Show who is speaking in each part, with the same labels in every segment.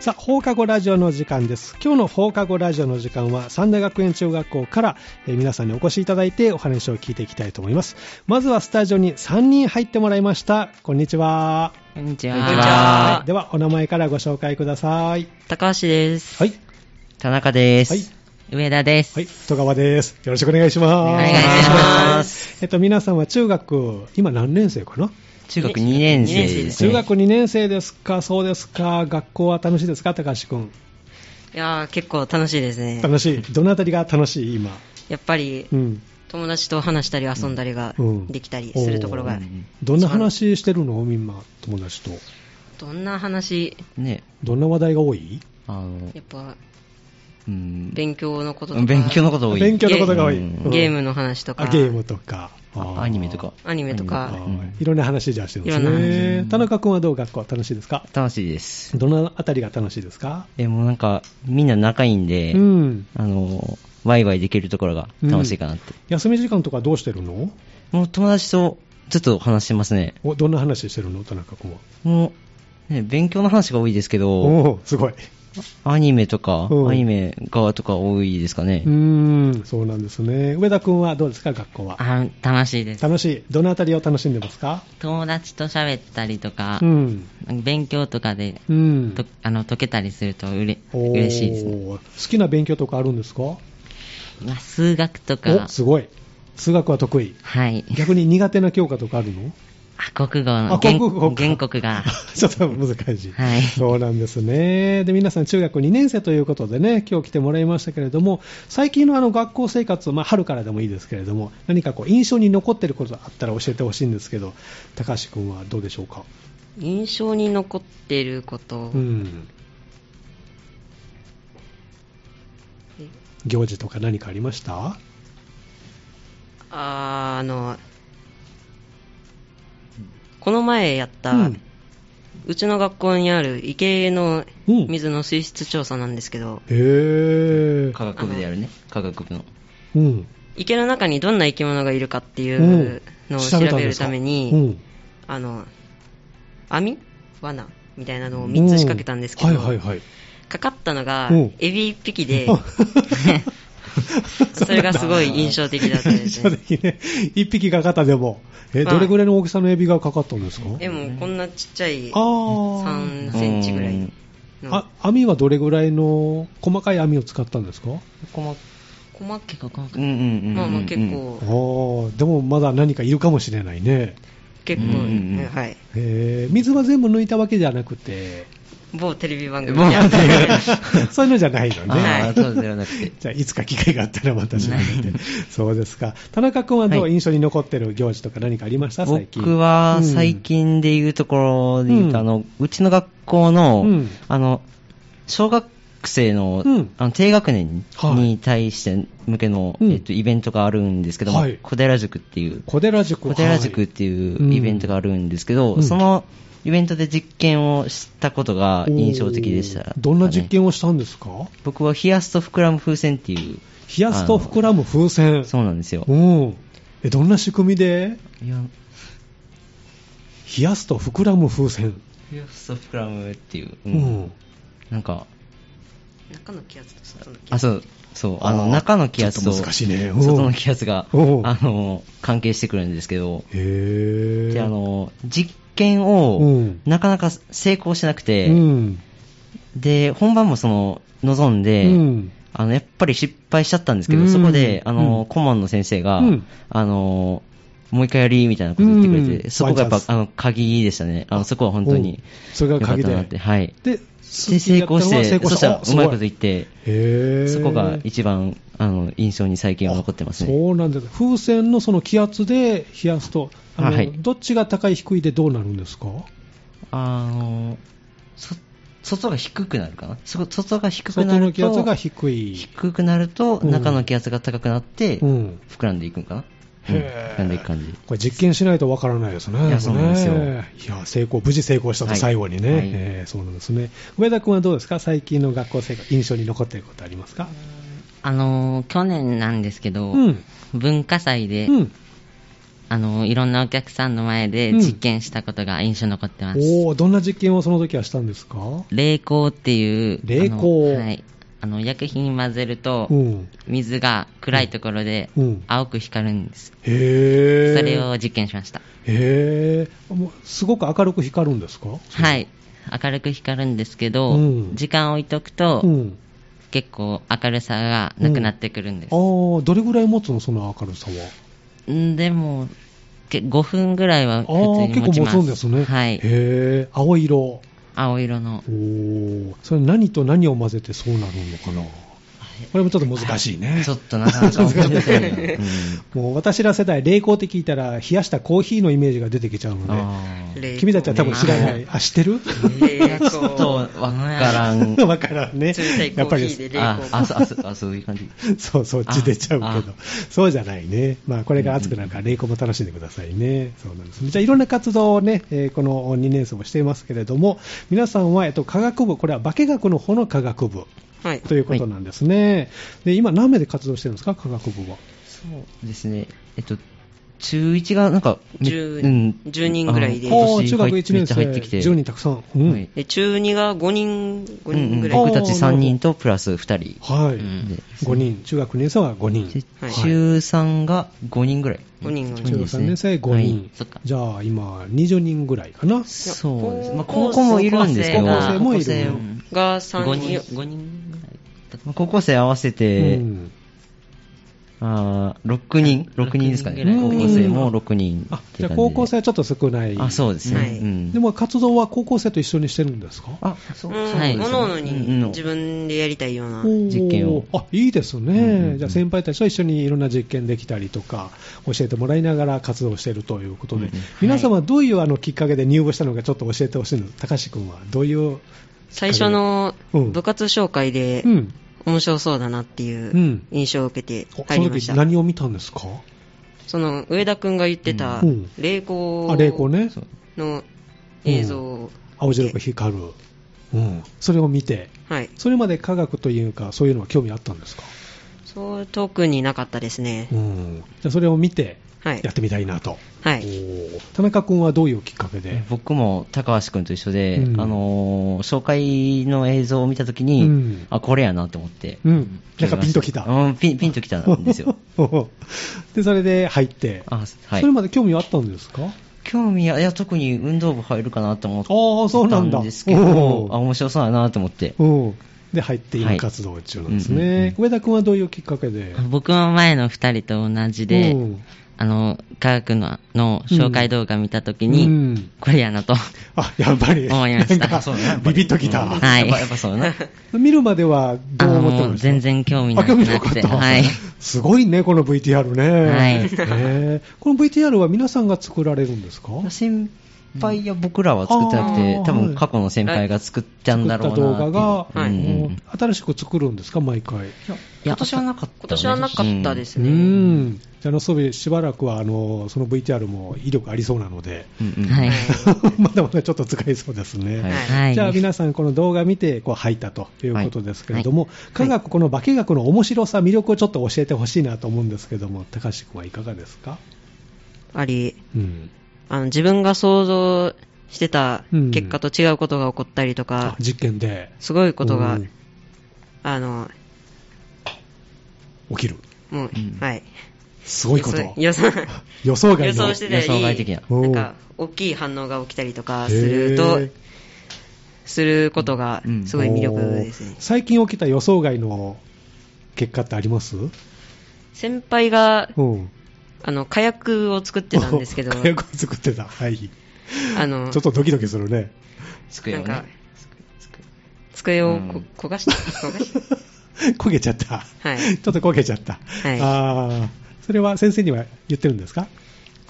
Speaker 1: さあ、放課後ラジオの時間です。今日の放課後ラジオの時間は、三田学園中学校から、えー皆さんにお越しいただいてお話を聞いていきたいと思います。まずはスタジオに3人入ってもらいました。こんにちは。
Speaker 2: こんにち
Speaker 3: こんにちは
Speaker 1: はいでは、お名前からご紹介ください。
Speaker 2: 高橋です。
Speaker 1: はい。
Speaker 3: 田中です。
Speaker 1: はい
Speaker 2: 上田です。
Speaker 1: はい、戸川です。よろしくお願いします。。
Speaker 2: お願いします
Speaker 1: えっと、皆さんは中学、今何年生かな
Speaker 3: 中学2年生です、
Speaker 1: 中
Speaker 3: ね。
Speaker 1: 学2年生ですか、そうですか、学校は楽しいですか、高橋くん。
Speaker 2: いやー、結構楽しいですね。
Speaker 1: 楽しい。どのあたりが楽しい、今。
Speaker 2: やっぱり
Speaker 1: う、ん。
Speaker 2: 友達と話したり遊んだりが
Speaker 1: うん
Speaker 2: できたりするところ
Speaker 1: う
Speaker 2: が、
Speaker 1: んどんな話してるのみんな、友達と。
Speaker 2: どんな話、
Speaker 3: ね、
Speaker 1: どんな話題が多い
Speaker 3: あの、
Speaker 2: やっぱ、
Speaker 3: うん、
Speaker 2: 勉強のこととか、
Speaker 3: 勉強のこと多い。
Speaker 1: 勉強のことが多い。
Speaker 3: ゲー
Speaker 1: うん
Speaker 2: ゲームの話と
Speaker 1: あ
Speaker 2: か、
Speaker 1: ゲームとか。
Speaker 3: あアニメとか。
Speaker 2: アニメと
Speaker 1: あ
Speaker 2: か、
Speaker 1: ー
Speaker 3: うん
Speaker 1: いろんな話じゃあしてるんです
Speaker 2: いろんな
Speaker 1: ね。田中くんはどう学校楽しいですか
Speaker 3: 楽しいです。
Speaker 1: どのあたりが楽しいですか
Speaker 3: え、もうなんか、みんな仲いいんで、
Speaker 1: うん。
Speaker 3: あの、ワイワイできるところが楽しいかなって。
Speaker 1: 休み時間とかどうしてるの
Speaker 3: もう友達とずっと話してますね。
Speaker 1: おどんな話してるの田中君は。
Speaker 3: もう、ね、勉強の話が多いですけど、
Speaker 1: おおーすごい。
Speaker 3: アニメとか
Speaker 1: う、ん
Speaker 3: アニメ側とか多いですかね
Speaker 1: う。ーん、そうなんですね。上田君はどうですか、学校は。
Speaker 4: あ楽しいです。
Speaker 1: 楽しい。どのあたりを楽しんでますか
Speaker 4: 友達と喋ったりとか
Speaker 1: う、ん。
Speaker 4: 勉強とかで、
Speaker 1: うん。
Speaker 4: とあの解けたりするとうれ
Speaker 1: おー
Speaker 4: 嬉しいですね。
Speaker 1: 好きな勉強とかあるんですか
Speaker 4: まあ数学とか
Speaker 1: お、すごい。数学 は得意。
Speaker 4: はい。
Speaker 1: 逆に苦手な教科とかあるの
Speaker 4: あ国語
Speaker 1: あ
Speaker 4: の
Speaker 1: 国
Speaker 4: 原
Speaker 1: 語か
Speaker 4: 原告が、
Speaker 1: ちょっと難しい。
Speaker 4: はい
Speaker 1: そうなんですね。で、皆さん中学2年生ということでね、今日来てもらいましたけれども、最近のあの学校生活、まあ春からでもいいですけれども、何かこう印象に残ってることがあったら教えてほしいんですけど、高橋君はどうでしょうか。
Speaker 2: 印象に残ってること、
Speaker 1: うん。行事とか何かありました
Speaker 2: あーあの、この前やった、
Speaker 1: うん
Speaker 2: うちの学校にある池の
Speaker 1: うん
Speaker 2: 水の水質調査なんですけど、
Speaker 1: へえ。
Speaker 3: 科学部でやるね。科学部の。
Speaker 1: うん。
Speaker 2: 池の中にどんな生き物がいるかっていう
Speaker 1: うん
Speaker 2: のを調べ
Speaker 1: んで
Speaker 2: る
Speaker 1: すか
Speaker 2: ため
Speaker 1: う
Speaker 2: に、
Speaker 1: ん。
Speaker 2: あの、網罠みたいなのを3つ仕掛けたんですけど、
Speaker 1: うはいはいはい。
Speaker 2: かかったのが
Speaker 1: うん、
Speaker 2: エビ1 匹で、
Speaker 1: あ
Speaker 2: それがすごい印象的だったで
Speaker 1: 印
Speaker 2: す
Speaker 1: 象
Speaker 2: ね。
Speaker 1: 的ね。一匹かかったでも。え、
Speaker 2: はい
Speaker 1: どれぐらいの大きさのエビがかかったんですか
Speaker 2: でも、こんなちっちゃい
Speaker 1: あー
Speaker 2: 3センチぐらいの、
Speaker 1: あ。網はどれぐらいの細かい網を使ったんですか
Speaker 3: 細
Speaker 2: 細け
Speaker 4: 結構細か
Speaker 3: うん
Speaker 4: い。
Speaker 3: うんうんうんうん。
Speaker 2: まあまあ結
Speaker 1: あ
Speaker 2: 構、
Speaker 1: ーでもまだ何かいるかもしれないね。
Speaker 2: 結構、
Speaker 3: うんうんうん
Speaker 2: はい。
Speaker 1: えー水は全部抜いたわけじゃなく て、
Speaker 2: 某テレビ番組でやった。
Speaker 1: そういうのじゃないのね。
Speaker 3: ああ、そう ではなくて。
Speaker 1: じゃあ、いつか機会があったらまた調べて。そうですか。田中君はどう、
Speaker 3: は
Speaker 1: 印象に残ってる行事とか何かありました最近。
Speaker 3: 僕は
Speaker 1: うん
Speaker 3: 最近で言うところで言
Speaker 1: う
Speaker 3: うと、
Speaker 1: ん
Speaker 3: あの、うちの学校の、
Speaker 1: うん
Speaker 3: あの、小学生の、
Speaker 1: うん
Speaker 3: あの低学年
Speaker 1: はい
Speaker 3: に対して向けの、
Speaker 1: うん
Speaker 3: えっと、イベントがあるんですけども、
Speaker 1: はい
Speaker 3: 小寺塾っていう、
Speaker 1: 小寺塾。
Speaker 3: 小寺塾って
Speaker 1: はい
Speaker 3: いうイベントがあるんですけど、
Speaker 1: うん
Speaker 3: そのイベントで実験をしたことが印象的でした、
Speaker 1: おーどんな実験をしたんですか
Speaker 3: 僕は冷やすと膨らむ風船っていう、
Speaker 1: 冷やすと膨らむ風船。
Speaker 3: そうなんですよ。
Speaker 1: うん。え、どんな仕組みで
Speaker 3: いや
Speaker 1: 冷やすと膨らむ風船。
Speaker 3: 冷やすと膨らむっていう、
Speaker 1: う。
Speaker 3: うんんなんか、
Speaker 2: 中の気圧と外の気圧。
Speaker 3: あ、そう、そう、あ
Speaker 1: あー
Speaker 3: の、中の気圧と、
Speaker 1: ちょっと難しいねうん
Speaker 3: 外の気圧が、あ
Speaker 1: うん
Speaker 3: の、関係してくるんですけど、
Speaker 1: へぇ
Speaker 3: で、あ
Speaker 1: の、
Speaker 3: の、実験
Speaker 1: う
Speaker 3: を
Speaker 1: ん、
Speaker 3: なかなか成功しなくて
Speaker 1: う、ん。
Speaker 3: で、本番もその、望んで、
Speaker 1: うん
Speaker 3: あの、やっぱり失敗しちゃったんですけど、
Speaker 1: うん
Speaker 3: そこで、あの、
Speaker 1: うん
Speaker 3: 顧問の先生が、
Speaker 1: うん
Speaker 3: あの、もう一回やり、みたいなこと言ってくれて、
Speaker 1: うん
Speaker 3: そこがやっ
Speaker 1: ワン
Speaker 3: ぱ、
Speaker 1: チャ
Speaker 3: あの、鍵でしたね。あの、そこは本当に
Speaker 1: お、それが鍵で
Speaker 3: よかったなってはい。
Speaker 1: で、
Speaker 3: で、成功して、
Speaker 1: やったのは
Speaker 3: そしたら、
Speaker 1: あす
Speaker 3: う
Speaker 1: ご
Speaker 3: まいこと言って、
Speaker 1: へー
Speaker 3: そこが一番、あの、印象に最近は残ってますね。
Speaker 1: そうなんです。風船のその気圧で冷やすと、あの
Speaker 3: あはい
Speaker 1: どっちが高い低いでどうなるんですか
Speaker 3: あの、そ、外が低くなるかなそ外が低くな
Speaker 1: 外の
Speaker 3: る
Speaker 1: 気圧
Speaker 3: と、
Speaker 1: が低い。
Speaker 3: 低くなると、
Speaker 1: うん
Speaker 3: 中の気圧が高くなって、
Speaker 1: うん。
Speaker 3: 膨らんでいくんかな、
Speaker 1: へ
Speaker 3: う
Speaker 1: ー
Speaker 3: ん膨らんでいく感じ。
Speaker 1: これ実験しないとわからないですね。
Speaker 3: いやそうなんですよ
Speaker 1: ねいや、成功、無事成功したと
Speaker 3: はい
Speaker 1: 最後にね。
Speaker 3: はい
Speaker 1: えーそうなんですね。上田君はどうですか最近の学校生活、印象に残っていることありますか
Speaker 4: あのー去年なんですけど、
Speaker 1: うん。
Speaker 4: 文化祭で、
Speaker 1: うん。
Speaker 4: あの、いろんなお客さんの前で
Speaker 1: うん
Speaker 4: 実験したことが印象に残ってます。
Speaker 1: おお、どんな実験をその時はしたんですか
Speaker 4: 冷凍っていう。
Speaker 1: 冷凍
Speaker 4: あのはい。あの、薬品混ぜると
Speaker 1: う、ん。
Speaker 4: 水が暗いところで
Speaker 1: うん。
Speaker 4: 青く光るんです。
Speaker 1: へえ。
Speaker 4: それ。を実験しました。
Speaker 1: へえ。もうすごく明るく光るんですか
Speaker 4: はい。明るく光るんですけど、
Speaker 1: うん
Speaker 4: 時間置いとくと、
Speaker 1: うん。
Speaker 4: 結構明るさがなくなってくるんです。
Speaker 1: ああ、どれぐらい持つのその明るさは。
Speaker 4: んでも、け5分ぐらいは
Speaker 1: ああ
Speaker 4: 普通
Speaker 1: ー、
Speaker 4: に
Speaker 1: 結
Speaker 4: 持
Speaker 1: 構
Speaker 4: ち
Speaker 1: 持
Speaker 4: ます。
Speaker 1: つんですね。
Speaker 4: はい
Speaker 1: へ。え。青色。
Speaker 4: 青色の。
Speaker 1: おお。それ何と何を混ぜてそうなるのかなこれもちょっと難しいね。
Speaker 3: ちょっとなか なか面白いな。
Speaker 1: もう私ら世代、冷凍って聞いたら、冷やしたコーヒーのイメージが出てきちゃう
Speaker 3: うん
Speaker 1: の
Speaker 3: あー
Speaker 1: で、君たちは多分知らな
Speaker 4: 冷
Speaker 1: い、あ、知ってる
Speaker 2: 冷凍
Speaker 3: ちょっとわからん。
Speaker 1: わからんね
Speaker 2: 冷たい。コ
Speaker 1: やっぱ
Speaker 2: ーヒ
Speaker 1: り
Speaker 2: ーで冷凍
Speaker 3: あ、あ、そあそあ、そういう感じ。
Speaker 1: そう、そっち出ちゃうけど
Speaker 3: あ、
Speaker 1: そうじゃないね、まあ、これが暑くなるから、冷凍も楽しんでくださいね、そうなんです、じゃあ、いろんな活動をね、えーこの2年生もしていますけれども、皆さんは、えっと、科学部、これは化学の方の科学部
Speaker 2: はい
Speaker 1: ということなんですね、で今、何名で活動してるんですか、科学部は。
Speaker 3: そうですね。えっと、中1がなんか、め
Speaker 2: 10
Speaker 3: うん
Speaker 2: 10人ぐらいで
Speaker 3: あの今
Speaker 1: おー
Speaker 3: 年
Speaker 1: 中学1
Speaker 3: めっ
Speaker 1: 年
Speaker 3: ち
Speaker 1: 生、
Speaker 3: ゃ入ってきて。
Speaker 1: 10人たくさん。うん
Speaker 3: はい
Speaker 2: で中2が5人 ,5 人ぐらい、
Speaker 1: うんうん
Speaker 3: 僕たち3人とプラス2人。
Speaker 1: はい、
Speaker 4: うん
Speaker 3: で
Speaker 1: 5人、中学2年生は5人
Speaker 3: で、
Speaker 2: はい
Speaker 3: 中3が5人ぐらい。
Speaker 2: 5人が
Speaker 3: う
Speaker 1: 中
Speaker 3: ん
Speaker 1: 学3年生5人、
Speaker 4: はいそっか
Speaker 1: じゃあ今、20人ぐらいかな、
Speaker 3: そうですね。まあ、高
Speaker 2: 高校
Speaker 3: 校もいるんですけど、
Speaker 2: 高校生
Speaker 1: もいる
Speaker 3: 高校生も
Speaker 4: うん
Speaker 2: が
Speaker 4: 5
Speaker 2: 3
Speaker 4: 人
Speaker 2: 人、
Speaker 4: 5人ぐらいだ
Speaker 3: まあ高校生合わせて、
Speaker 1: うん
Speaker 3: あ6人 ?6 人ですかね。
Speaker 4: 六人ぐ
Speaker 3: 高
Speaker 1: らい
Speaker 3: 校生も6人って
Speaker 1: あ
Speaker 3: 感
Speaker 1: じ
Speaker 3: じで。
Speaker 1: ゃあ高校生はちょっと少ない、
Speaker 3: あ、そうですね。
Speaker 2: はい
Speaker 3: うん
Speaker 1: でも活動は高校生と一緒にしてるんですか
Speaker 3: あ、そううんそうです
Speaker 4: は
Speaker 3: ね。
Speaker 4: い
Speaker 2: 各々
Speaker 3: う
Speaker 2: に
Speaker 3: んうん
Speaker 2: 自分でやりたいような、
Speaker 1: おー
Speaker 3: 実験を
Speaker 1: あいいですね、
Speaker 3: うんうん
Speaker 1: じゃあ先輩たちと一緒にいろんな実験できたりとか、教えてもらいながら活動しているということで、
Speaker 3: うんうん
Speaker 1: 皆様、どういうあのきっかけで入部したのか、ちょっと教えてほしいの、高橋君はどういう、
Speaker 2: 最初の
Speaker 1: うん
Speaker 2: 部活紹介で
Speaker 1: うん、
Speaker 2: 面白そうだなっていう
Speaker 1: うん
Speaker 2: 印象を受けて
Speaker 1: おそ
Speaker 2: 入り
Speaker 1: の
Speaker 2: ま
Speaker 1: 時
Speaker 2: した、
Speaker 1: 何を見たんですか、
Speaker 2: その上田くんが言ってた
Speaker 1: うんうん
Speaker 2: 霊光
Speaker 1: あ霊光ね、
Speaker 3: そう
Speaker 2: の映像を、
Speaker 1: 青白く光る、うん、それを見て、
Speaker 2: はい
Speaker 1: それまで科学というか、そういうのは興味あったんですか、
Speaker 2: そう特になかったですね、
Speaker 1: うん、じゃあそれを見て、
Speaker 2: はい
Speaker 1: やってみたいなと、
Speaker 2: は
Speaker 1: お
Speaker 2: い
Speaker 1: ー田中君はどういうきっかけで、
Speaker 3: 僕も高橋くんと一緒で、
Speaker 1: うん
Speaker 3: あのー紹介の映像を見たときに、
Speaker 1: うん
Speaker 3: あ、これやなと思って。
Speaker 1: うん、なんかピンときた。
Speaker 3: うん、ピン、ピンときたんですよ。
Speaker 1: で、それで入って、
Speaker 3: あ、はい
Speaker 1: それ。まで興味はあったんですか
Speaker 3: 興味は、いや、特に運動部入るかなと思って
Speaker 1: ああ、そうな
Speaker 3: た
Speaker 1: んだ。
Speaker 3: んですけど、
Speaker 1: うん
Speaker 3: あ、面白そうだなと思って。
Speaker 1: うん。で、入って
Speaker 3: は
Speaker 1: 今
Speaker 3: い
Speaker 1: 活動中なんです
Speaker 3: うんうんうん
Speaker 1: ね。上田君はどういうきっかけで
Speaker 4: 僕も前の2人と同じで、
Speaker 1: うん
Speaker 4: あの、科学のの紹介動画見たときに、
Speaker 1: うん
Speaker 4: これやなと。
Speaker 1: あ、やっぱり。
Speaker 4: 思いました
Speaker 1: なんか
Speaker 3: そうねやっぱ
Speaker 1: ビ
Speaker 3: り
Speaker 1: ビッとき
Speaker 3: うん
Speaker 1: た。
Speaker 4: はい
Speaker 3: やっぱやっぱそうだな。
Speaker 1: 見るまでは
Speaker 4: あ
Speaker 1: どう
Speaker 4: の、
Speaker 1: 思って
Speaker 4: もう
Speaker 1: ました
Speaker 4: 全然興味な
Speaker 1: あ
Speaker 4: く
Speaker 1: 興味な
Speaker 4: な
Speaker 1: か
Speaker 4: く、
Speaker 1: ってた。
Speaker 4: はい。
Speaker 1: すごいね、この VTR ね。
Speaker 4: はい
Speaker 1: ねえこの VTR は皆さんが作られるんですか
Speaker 3: 先輩や僕らは作ってなくて、
Speaker 1: うん
Speaker 3: 多
Speaker 1: はい
Speaker 3: 分過去の先輩が作ったん
Speaker 1: 作
Speaker 3: だ
Speaker 1: った
Speaker 3: ろうな
Speaker 1: 動画が、
Speaker 3: っていう
Speaker 2: はい
Speaker 3: うん
Speaker 1: うん新しく作るんですか、毎回。
Speaker 3: 今年はなかったね。
Speaker 2: 今年はなかったです
Speaker 1: う
Speaker 2: ね、
Speaker 1: ん。じゃあ、のそび、しばらくは、あの、その VTR も威力ありそうなので、
Speaker 3: うん。うんうん
Speaker 4: はい。
Speaker 1: まだまだちょっと使えそうですね。
Speaker 3: はい
Speaker 4: はい。
Speaker 1: じゃあ皆さん、この動画見てこう入ったということですけれども、科学、この化学の面白さ、魅力をちょっと教えてほしいなと思うんですけども、高橋君はいかがですか、
Speaker 2: あり
Speaker 1: うん、
Speaker 2: あの自分が想像してた
Speaker 1: うん
Speaker 2: 結果と違うことが起こったりと
Speaker 1: あ
Speaker 2: か、
Speaker 1: 実験で、
Speaker 2: すごいことが、
Speaker 1: うん
Speaker 2: あの、
Speaker 1: 起きる、
Speaker 2: もう、
Speaker 3: うん
Speaker 2: はい。
Speaker 1: すごいこと、
Speaker 2: 予想、
Speaker 1: 予想
Speaker 2: 予
Speaker 1: 外の
Speaker 2: 想してた
Speaker 3: 予想外
Speaker 2: よ
Speaker 3: 的
Speaker 2: り
Speaker 3: な、
Speaker 1: うん
Speaker 2: なんか、大きい反応が起きたりとかすると
Speaker 1: へー、
Speaker 2: することが
Speaker 3: う、ん
Speaker 2: すごい魅力ですね
Speaker 1: おー。最近起きた予想外の結果ってあります
Speaker 2: 先輩が、
Speaker 1: うん
Speaker 2: あの、火薬を作ってたんで すけど、
Speaker 1: 火薬を作ってた、はい、ち
Speaker 2: あの、
Speaker 1: ょっとドキドキするね、
Speaker 3: 机を
Speaker 2: なんか
Speaker 3: ね。机
Speaker 2: 机を
Speaker 3: う
Speaker 2: こ
Speaker 3: ん。
Speaker 2: 焦がした、焦がした。
Speaker 1: 焦げちゃった、
Speaker 2: はい
Speaker 1: ちょっと焦げちゃった、
Speaker 2: はい
Speaker 1: あーそれは先生には言ってるんです か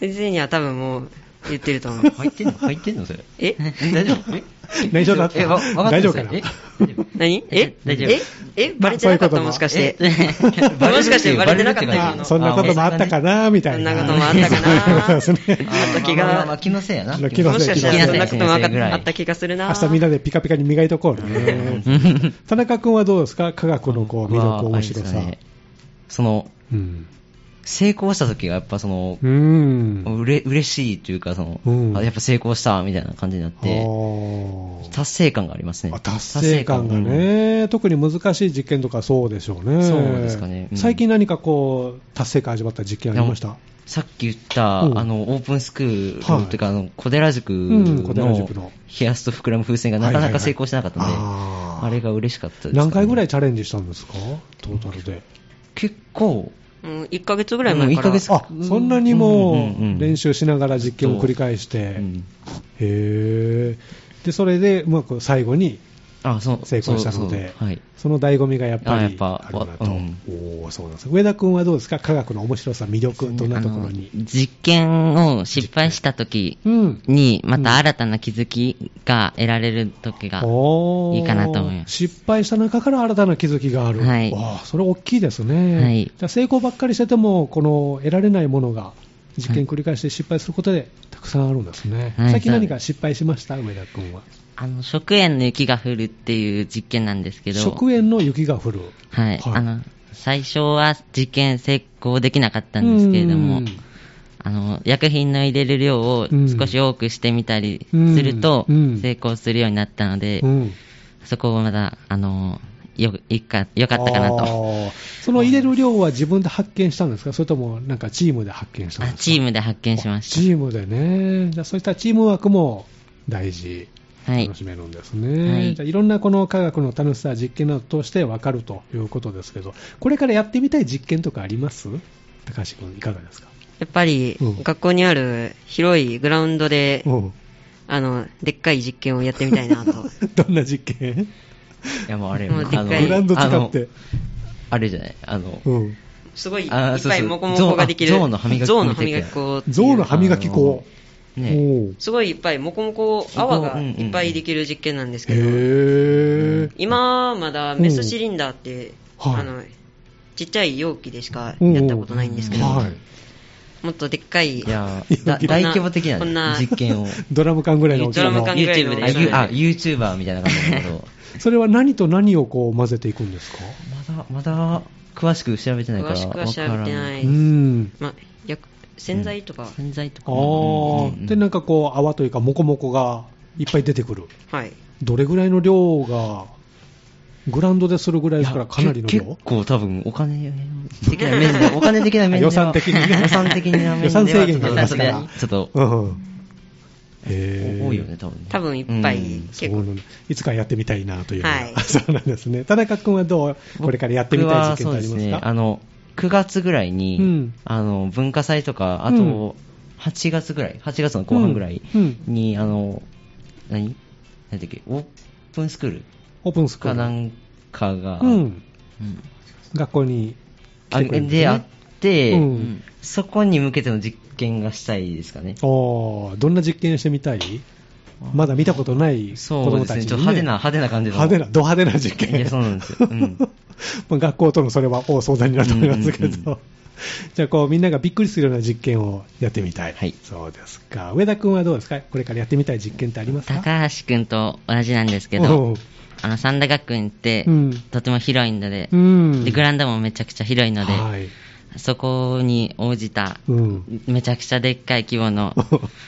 Speaker 2: 先生には多分もう、言ってると思う
Speaker 3: 入ってんの入ってんのそれ。
Speaker 2: え
Speaker 3: え大丈夫え
Speaker 1: 大丈夫だった
Speaker 3: え、わわかった
Speaker 1: 大丈夫かな
Speaker 3: え大丈夫
Speaker 2: 何え
Speaker 4: 大丈夫
Speaker 2: ええバレてなかっ
Speaker 1: まあそういうこと
Speaker 2: た
Speaker 1: も
Speaker 2: もしかして。
Speaker 3: バレるっていう
Speaker 2: もしかしてバレてなかった
Speaker 3: バレるっていう
Speaker 2: 今
Speaker 3: あ
Speaker 2: の
Speaker 1: そんなこともあったかなみた
Speaker 2: そ
Speaker 1: い
Speaker 2: ん
Speaker 1: な。
Speaker 2: なこともあったかな。
Speaker 1: そうです ね。
Speaker 2: あった気が
Speaker 3: まあまあまあ気のせいやな。
Speaker 1: 気の
Speaker 2: もしかしたらそんなこともあ
Speaker 3: 気のせい
Speaker 2: かあった気がするな。
Speaker 1: 明日みんなでピカピカに磨いとこうね。 田中君はどうですか科学のこう魅力、
Speaker 3: は
Speaker 1: 面白さ。
Speaker 3: あれですかねその、成功した時がやっぱその、
Speaker 1: うん。
Speaker 3: うれ嬉しいというか、その、
Speaker 1: うん
Speaker 3: あやっぱ成功したみたいな感じになっ
Speaker 1: あ
Speaker 3: て、
Speaker 1: ー
Speaker 3: 達成感がありますね
Speaker 1: あ。達成感がね、特に難しい実験とかそうでしょうね。
Speaker 3: そうですかねうん
Speaker 1: 最近何かこう、達成感味わった実験ありました
Speaker 3: さっき言った、
Speaker 1: うん
Speaker 3: あの、オープンスクール、
Speaker 1: はい
Speaker 3: というか、あの、小寺塾
Speaker 1: うん小寺塾の
Speaker 3: の、冷やすと膨らむ風船がなかなか成功しなかったので、
Speaker 1: はいはいはいあー
Speaker 3: あれが嬉しかったです、
Speaker 1: 何回ぐら
Speaker 3: い
Speaker 1: いチャレンジしたんですかトータルで。
Speaker 3: 結構、
Speaker 2: うん、1ヶ月ぐらい前か
Speaker 3: うん
Speaker 2: ら
Speaker 3: 一ヶ月
Speaker 1: あ、そんなにも
Speaker 3: うんうんうん
Speaker 1: 練習しながら実験を繰り返して。
Speaker 3: うん
Speaker 1: へーで、それでうまく最後に
Speaker 3: あ、そう、
Speaker 1: 成功したので
Speaker 3: そうそうはい。
Speaker 1: その醍醐味がやっぱ
Speaker 3: あやっ
Speaker 1: り
Speaker 3: ぱ
Speaker 1: あるなと、
Speaker 3: うん
Speaker 1: おーそうなんです上田君はどうですか、科学の面白さ、魅力、どんなところに
Speaker 4: あ。の実験を失敗した時
Speaker 1: うん、
Speaker 4: に、また新たな気づきが得られる時が、
Speaker 1: お
Speaker 4: い
Speaker 1: ー
Speaker 4: いかなと思います
Speaker 1: 失敗した中から新たな気づきがある、
Speaker 4: はい
Speaker 1: わあそれ大きいですね、
Speaker 4: はい
Speaker 1: じゃあ成功ばっかりしてても、この得られないものが実験繰り返して失敗することでたくさんあるんですね、
Speaker 4: はい
Speaker 1: 最近何か失敗しました、上田君は。
Speaker 4: あの、食塩の雪が降るっていう実験なんですけど、
Speaker 1: 食塩の雪が降る。
Speaker 4: はい、
Speaker 1: はい
Speaker 4: あの、最初は実験成功できなかったんですけれど
Speaker 1: う
Speaker 4: も
Speaker 1: ん、
Speaker 4: あの、薬品の入れる量を少し多くしてみたりすると
Speaker 1: うんうん、
Speaker 4: 成功するようになったので
Speaker 1: う、ん
Speaker 4: そこをまだ、あの、よ、いか、よかったかな
Speaker 1: あ
Speaker 4: と。
Speaker 1: ーその入れる量は自分で発見したんですか、それともなんかチームで発見したん
Speaker 4: あ
Speaker 1: ですか
Speaker 4: チームで発見しまし
Speaker 1: チームでね、じゃあそういったチームワークも大事、
Speaker 4: た。はい
Speaker 1: 楽。しめるんですね、
Speaker 4: はいい
Speaker 1: じゃあいろんなこの科学の楽しさ、実験などを通して分かるということですけど、これからやってみたい実験とかあります高橋君、いかがですか。
Speaker 2: やっぱり
Speaker 1: うん
Speaker 2: 学校にある広いグラウンドで、
Speaker 1: うん
Speaker 2: あの、でっかい実験をやってみたいなと。
Speaker 1: どんな実験
Speaker 3: いや、もうあれ、
Speaker 2: もうでっか
Speaker 3: あ
Speaker 2: い
Speaker 3: の、
Speaker 2: はい
Speaker 1: グラウンド使って。
Speaker 3: あれじゃない、あの、
Speaker 1: う、ん、
Speaker 2: すごいいっ
Speaker 3: あー
Speaker 2: ぱい
Speaker 3: そうそう
Speaker 2: モコモコができる。
Speaker 3: 象の歯磨き粉
Speaker 2: 象の歯磨き粉っていう
Speaker 1: 象の歯磨き粉。
Speaker 3: ね、
Speaker 1: おう
Speaker 2: すごいいっぱいモコモコ泡がいっぱいできる実験なんです
Speaker 1: へ
Speaker 2: けど、
Speaker 1: ー
Speaker 2: 今まだメスシリンダーって、
Speaker 1: うんはい
Speaker 2: あのちっちゃい容器でしかやったことないんですけど、
Speaker 1: はい、
Speaker 2: もっとでっか
Speaker 3: い
Speaker 2: い
Speaker 3: や
Speaker 1: い、や
Speaker 3: だ
Speaker 1: こんな
Speaker 3: 大規模的な
Speaker 2: こんな
Speaker 3: 実験を。
Speaker 1: ドラム缶ぐらいの大きさの
Speaker 2: ドラム缶ぐらいの
Speaker 3: YouTube
Speaker 2: 大きさ
Speaker 3: で、
Speaker 2: の
Speaker 3: あ、YouTuber みたいな感じだけど、
Speaker 1: それは何と何をこう混ぜていくんですか、
Speaker 3: まだ、まだ、詳しく調べてないから、
Speaker 2: 詳しくは調べて
Speaker 3: わから
Speaker 2: な
Speaker 1: う
Speaker 2: い、
Speaker 1: ん
Speaker 2: ま、薬洗剤とか、
Speaker 4: 洗剤と
Speaker 1: あ
Speaker 4: かも。うんうん
Speaker 1: ーでなんかこう泡というかモコモコがいっぱい出てくる
Speaker 2: はい、
Speaker 1: どれぐらいの量がグラウンドでするぐらいですからかなりの
Speaker 3: け
Speaker 1: 量
Speaker 3: 結構多分お金的な面で、お金的な面では。
Speaker 1: 予算的にね
Speaker 3: 予算的な面では。
Speaker 1: 予算制限がありますから
Speaker 3: ちょっと、
Speaker 1: うんへー
Speaker 3: 多いよね、多分ね。
Speaker 2: 多分いっぱい
Speaker 3: うん
Speaker 2: 結
Speaker 1: そう
Speaker 2: 構
Speaker 1: なのいつかやってみたいなというのが、
Speaker 2: はい
Speaker 1: そうなんですね田中君はどうこれからやってみたい実験ってありますか
Speaker 3: 僕はそうですね、あの、9月ぐらいに、
Speaker 1: うん
Speaker 3: あの、文化祭とか、あ
Speaker 1: うん
Speaker 3: と、8月ぐらい、8月の後半ぐらい
Speaker 1: うん
Speaker 3: に、あの、何何だっけ、オープンスクール
Speaker 1: オープンスクー
Speaker 3: か
Speaker 1: ル
Speaker 3: なんかが、
Speaker 1: うん、
Speaker 4: うん
Speaker 1: 学校に
Speaker 3: あ
Speaker 1: 来てくれるんですね
Speaker 3: であって、
Speaker 1: うん
Speaker 4: うん
Speaker 3: そこに向けての実験がしたいですかね。
Speaker 1: おーどんな実験してみたいまだ見たことない子
Speaker 3: そう
Speaker 1: 供
Speaker 3: です
Speaker 1: たち
Speaker 3: ね、
Speaker 1: に、
Speaker 3: ちょっと派手な、派手な感じの。
Speaker 1: 派手な、ド派手な実験。
Speaker 3: いやそうなんですようん
Speaker 1: まあ学校とのそれは大相談になると思いますけど。
Speaker 3: うんうんう
Speaker 1: じゃあ、こう、みんながびっくりするような実験をやってみたい。
Speaker 3: はい
Speaker 1: そうですか。上田君はどうですかこれからやってみたい実験ってありますか
Speaker 4: 高橋くんと同じなんですけ
Speaker 1: おう
Speaker 4: ど、あの、三田学園って
Speaker 1: うん、
Speaker 4: とても広いので
Speaker 1: う、ん。
Speaker 4: で、グラウンドもめちゃくちゃ広いので、
Speaker 1: はい。
Speaker 4: そこに応じた、
Speaker 1: うん。
Speaker 4: めちゃくちゃでっかい規模 の、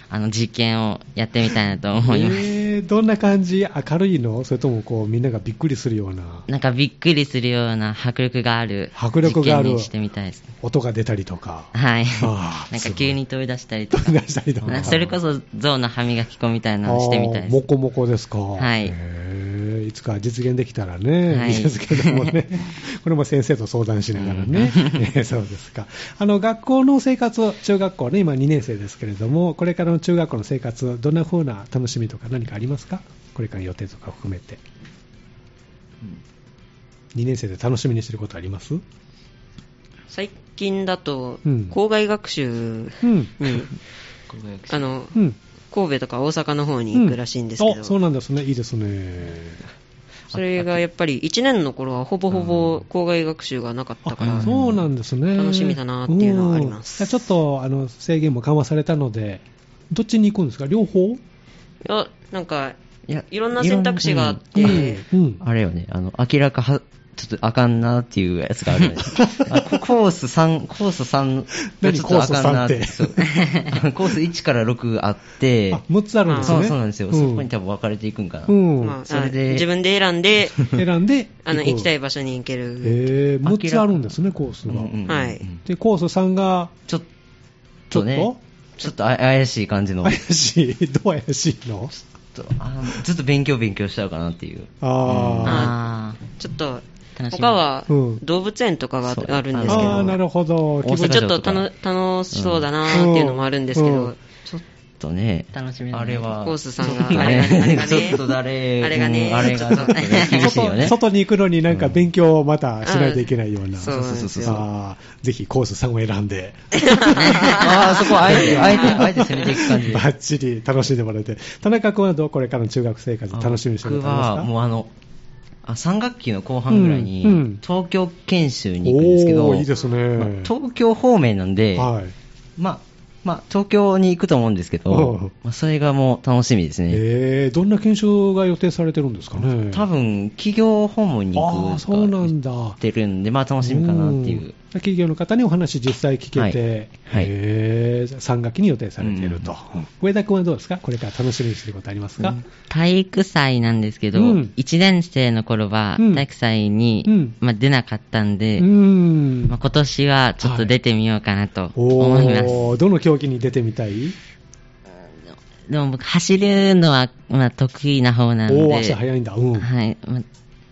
Speaker 4: あの、実験をやってみたいなと思います。
Speaker 1: えーどんな感じ明るいのそれともこう、みんながびっくりするような
Speaker 4: なんかびっくりするような迫力がある
Speaker 1: 迫力がある
Speaker 4: 実験にしてみたいですね。
Speaker 1: 音が出たりとか。
Speaker 4: はい
Speaker 1: あ。ー
Speaker 4: なん
Speaker 1: す
Speaker 4: か
Speaker 1: ごい
Speaker 4: 急に飛び出したりと
Speaker 1: 飛
Speaker 4: か
Speaker 1: び。出したりと
Speaker 4: な
Speaker 1: か。
Speaker 4: それこそ象の歯磨き粉みたいなのをしてみたい
Speaker 1: あ
Speaker 4: で
Speaker 1: ー
Speaker 4: す。
Speaker 1: もこもこですか。
Speaker 4: はい
Speaker 1: へーいつか実現できたらね、
Speaker 4: はい
Speaker 1: いいですけども ね。これも先生と相談しながらね。 えーそうですか。あの、学校の生活、中学校ね、今2年生ですけれども、これからの中学校の生活、どんな風な楽しみとか何かありますかこれからの予定とか含めて。2年生で楽しみにしてることあります
Speaker 2: 最近だと
Speaker 1: うん
Speaker 2: 校外学習
Speaker 1: うん。
Speaker 2: に、あの
Speaker 1: うん。
Speaker 2: 神戸とか大阪の方に行くらしいんですけ
Speaker 1: お
Speaker 2: ど、
Speaker 1: そうなんですね。いいですね。
Speaker 2: それがやっぱり1年の頃はほぼほぼ校外学習がなかったから、
Speaker 1: あそうなんですね。
Speaker 2: 楽しみだなっていうのはあります
Speaker 1: うんじゃあちょっとあの制限も緩和されたので、どっちに行くんですか両方
Speaker 2: いや、なんか、
Speaker 3: いや
Speaker 2: いろんな選択肢があって、
Speaker 1: うん。
Speaker 3: あれよね、あの、明らかは、ちょっとあかんなっていうやつが あるんですあココース3、コース3がちょっとあかんな
Speaker 1: 何コース
Speaker 3: そう コース1から6あって、
Speaker 1: あ、6つあるんです
Speaker 3: そう
Speaker 1: ね。
Speaker 3: そうなんですよ、
Speaker 1: うん
Speaker 3: そこに多分分かれていくんかな。
Speaker 1: うん。
Speaker 2: まあ、
Speaker 3: それで
Speaker 2: あ自分で選 んで、
Speaker 1: 選んで、
Speaker 2: あの、行きた
Speaker 1: い。
Speaker 2: い場所に行ける。
Speaker 1: えー、6つあるんですね、コース
Speaker 3: うん
Speaker 1: が。
Speaker 3: うんうんうん
Speaker 2: はい
Speaker 1: で、コース3が、
Speaker 3: ちょっ
Speaker 1: ちょっ
Speaker 3: と
Speaker 1: と、
Speaker 3: ね、ちょっとあ怪しい感じの、
Speaker 1: 怪
Speaker 3: ち
Speaker 1: しい。 どう怪しいの
Speaker 3: ょっとあーずっと勉強勉強しちゃうかなっていう。
Speaker 4: あ
Speaker 1: あ
Speaker 2: ちょっと、
Speaker 4: ー楽しみ
Speaker 2: 他は
Speaker 1: うん
Speaker 2: 動物園とかが
Speaker 3: そう
Speaker 2: あるん
Speaker 1: ー、
Speaker 2: ですけ
Speaker 3: うん
Speaker 1: あー、
Speaker 2: ど、
Speaker 1: なるほど。
Speaker 3: 大阪
Speaker 1: 気
Speaker 3: 城
Speaker 1: 分
Speaker 2: ちょっ
Speaker 3: と
Speaker 2: と
Speaker 3: か
Speaker 2: 楽楽しそうだなーっていうのもあるんですけ
Speaker 1: うんう
Speaker 2: ど
Speaker 1: ん、
Speaker 2: ち
Speaker 3: ち
Speaker 2: ょっ
Speaker 3: ょっとね、
Speaker 4: 楽しみだね
Speaker 3: あれは、
Speaker 2: コースさんが
Speaker 3: ちょっとね
Speaker 2: あれがねあれがね
Speaker 3: ちょっと誰、
Speaker 2: あれがね
Speaker 3: うんあれがちょっとね厳しいよ
Speaker 1: 外
Speaker 3: ね。
Speaker 1: 外に行くのになんか勉強をまたしないといけないような。
Speaker 2: と、そうなんですよ。
Speaker 1: あーぜひコース3を選んで、
Speaker 3: ああ、そこあえ て、あえて、あえて攻めていく感じで。
Speaker 1: バッチリ楽しんでもらえて、田中君はどうこれからの中学生活、楽しみにしてもらって
Speaker 3: 僕は、
Speaker 1: ますか
Speaker 3: もうあの、あ3学期の後半ぐらい
Speaker 1: うんう
Speaker 3: に
Speaker 1: ん、
Speaker 3: 東京研修に行くんですけど、
Speaker 1: おー、いいですね。
Speaker 3: まあ東京方面なんで、
Speaker 1: はい。
Speaker 3: まあ、まあ、東京に行くと思うんですけ
Speaker 1: うん
Speaker 3: ど、まあ、それがもう楽しみですね。
Speaker 1: えー、どんな研修が予定されてるんですかね。
Speaker 3: 多分、企業訪問に
Speaker 1: ああ、
Speaker 3: 行くと
Speaker 1: そうな
Speaker 3: か言
Speaker 1: んだ。楽
Speaker 3: ってるんで、まあ、楽しみかなっていう。
Speaker 1: 企業の方にお話実際聞けて、
Speaker 3: はいはい
Speaker 1: えーじゃあ3学期に予定されていると。上田君はどうですかこれから楽しみにしてることありますか、
Speaker 4: 体育祭なんですけど、
Speaker 1: うん
Speaker 4: 1年生の頃は
Speaker 1: うん
Speaker 4: 体育祭に、
Speaker 1: うん
Speaker 4: まあ、出なかったんで、
Speaker 1: うん
Speaker 4: まあ、今年はちょっと出てみようかなと
Speaker 1: お
Speaker 4: 思います。
Speaker 1: ーどの競技に出てみたい
Speaker 4: でも僕、走るのは、まあ、得意な方なんで、
Speaker 1: おー足早いんだ。うん。
Speaker 4: はいまあ、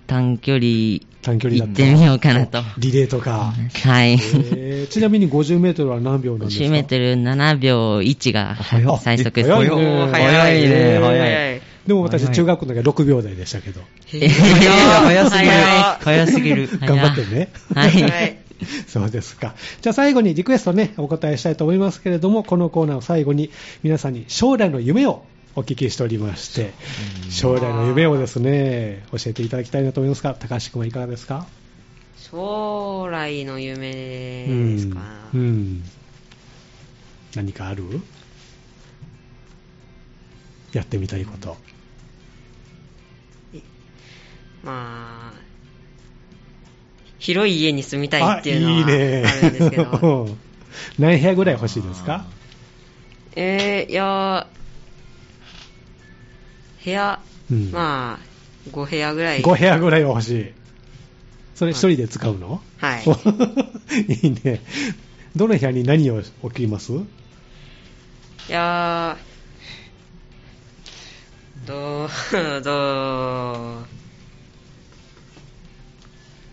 Speaker 4: 短距離
Speaker 1: 短距離
Speaker 4: 行
Speaker 1: だ
Speaker 4: っ
Speaker 1: った
Speaker 4: てみようかなと。
Speaker 1: リレーとか。
Speaker 4: はい。
Speaker 1: えーちなみに50メートルは何秒なんですか
Speaker 4: 10メートル7秒1が
Speaker 1: 早っ
Speaker 4: 最速です。
Speaker 1: 早い
Speaker 2: お
Speaker 1: ね
Speaker 2: ー
Speaker 3: 早いね
Speaker 2: 早い。
Speaker 1: でも私
Speaker 3: はい
Speaker 1: 中学校の時は6秒台でしたけど。
Speaker 4: え
Speaker 2: え
Speaker 3: いやいや早すぎる。
Speaker 2: 早い
Speaker 3: 早すぎる。
Speaker 4: 早
Speaker 1: 頑張ってね。
Speaker 4: はい。
Speaker 2: はい。
Speaker 1: そうですか。じゃあ最後にリクエストね、お答えしたいと思いますけれども、このコーナーを最後に皆さんに将来の夢をお聞きしておりまして、将来の夢をですね、教えていただきたいなと思いますが、高橋君はいかがですか
Speaker 2: 将来の夢
Speaker 1: うん
Speaker 2: ですか。
Speaker 1: うん。何かあるやってみたいこと。
Speaker 2: まあ、広い家に住みたいっていうのはあるんですけど、
Speaker 1: あいいね うん何部屋ぐらい欲しいですか
Speaker 2: えー、いやー部屋、
Speaker 1: うん
Speaker 2: まあ、5部屋ぐらい。
Speaker 1: 5部屋ぐらいは欲しい。それ一人で使うの、
Speaker 2: は い。
Speaker 1: い、いね。どの部屋に何を置きます
Speaker 2: いやー、どう、 どう、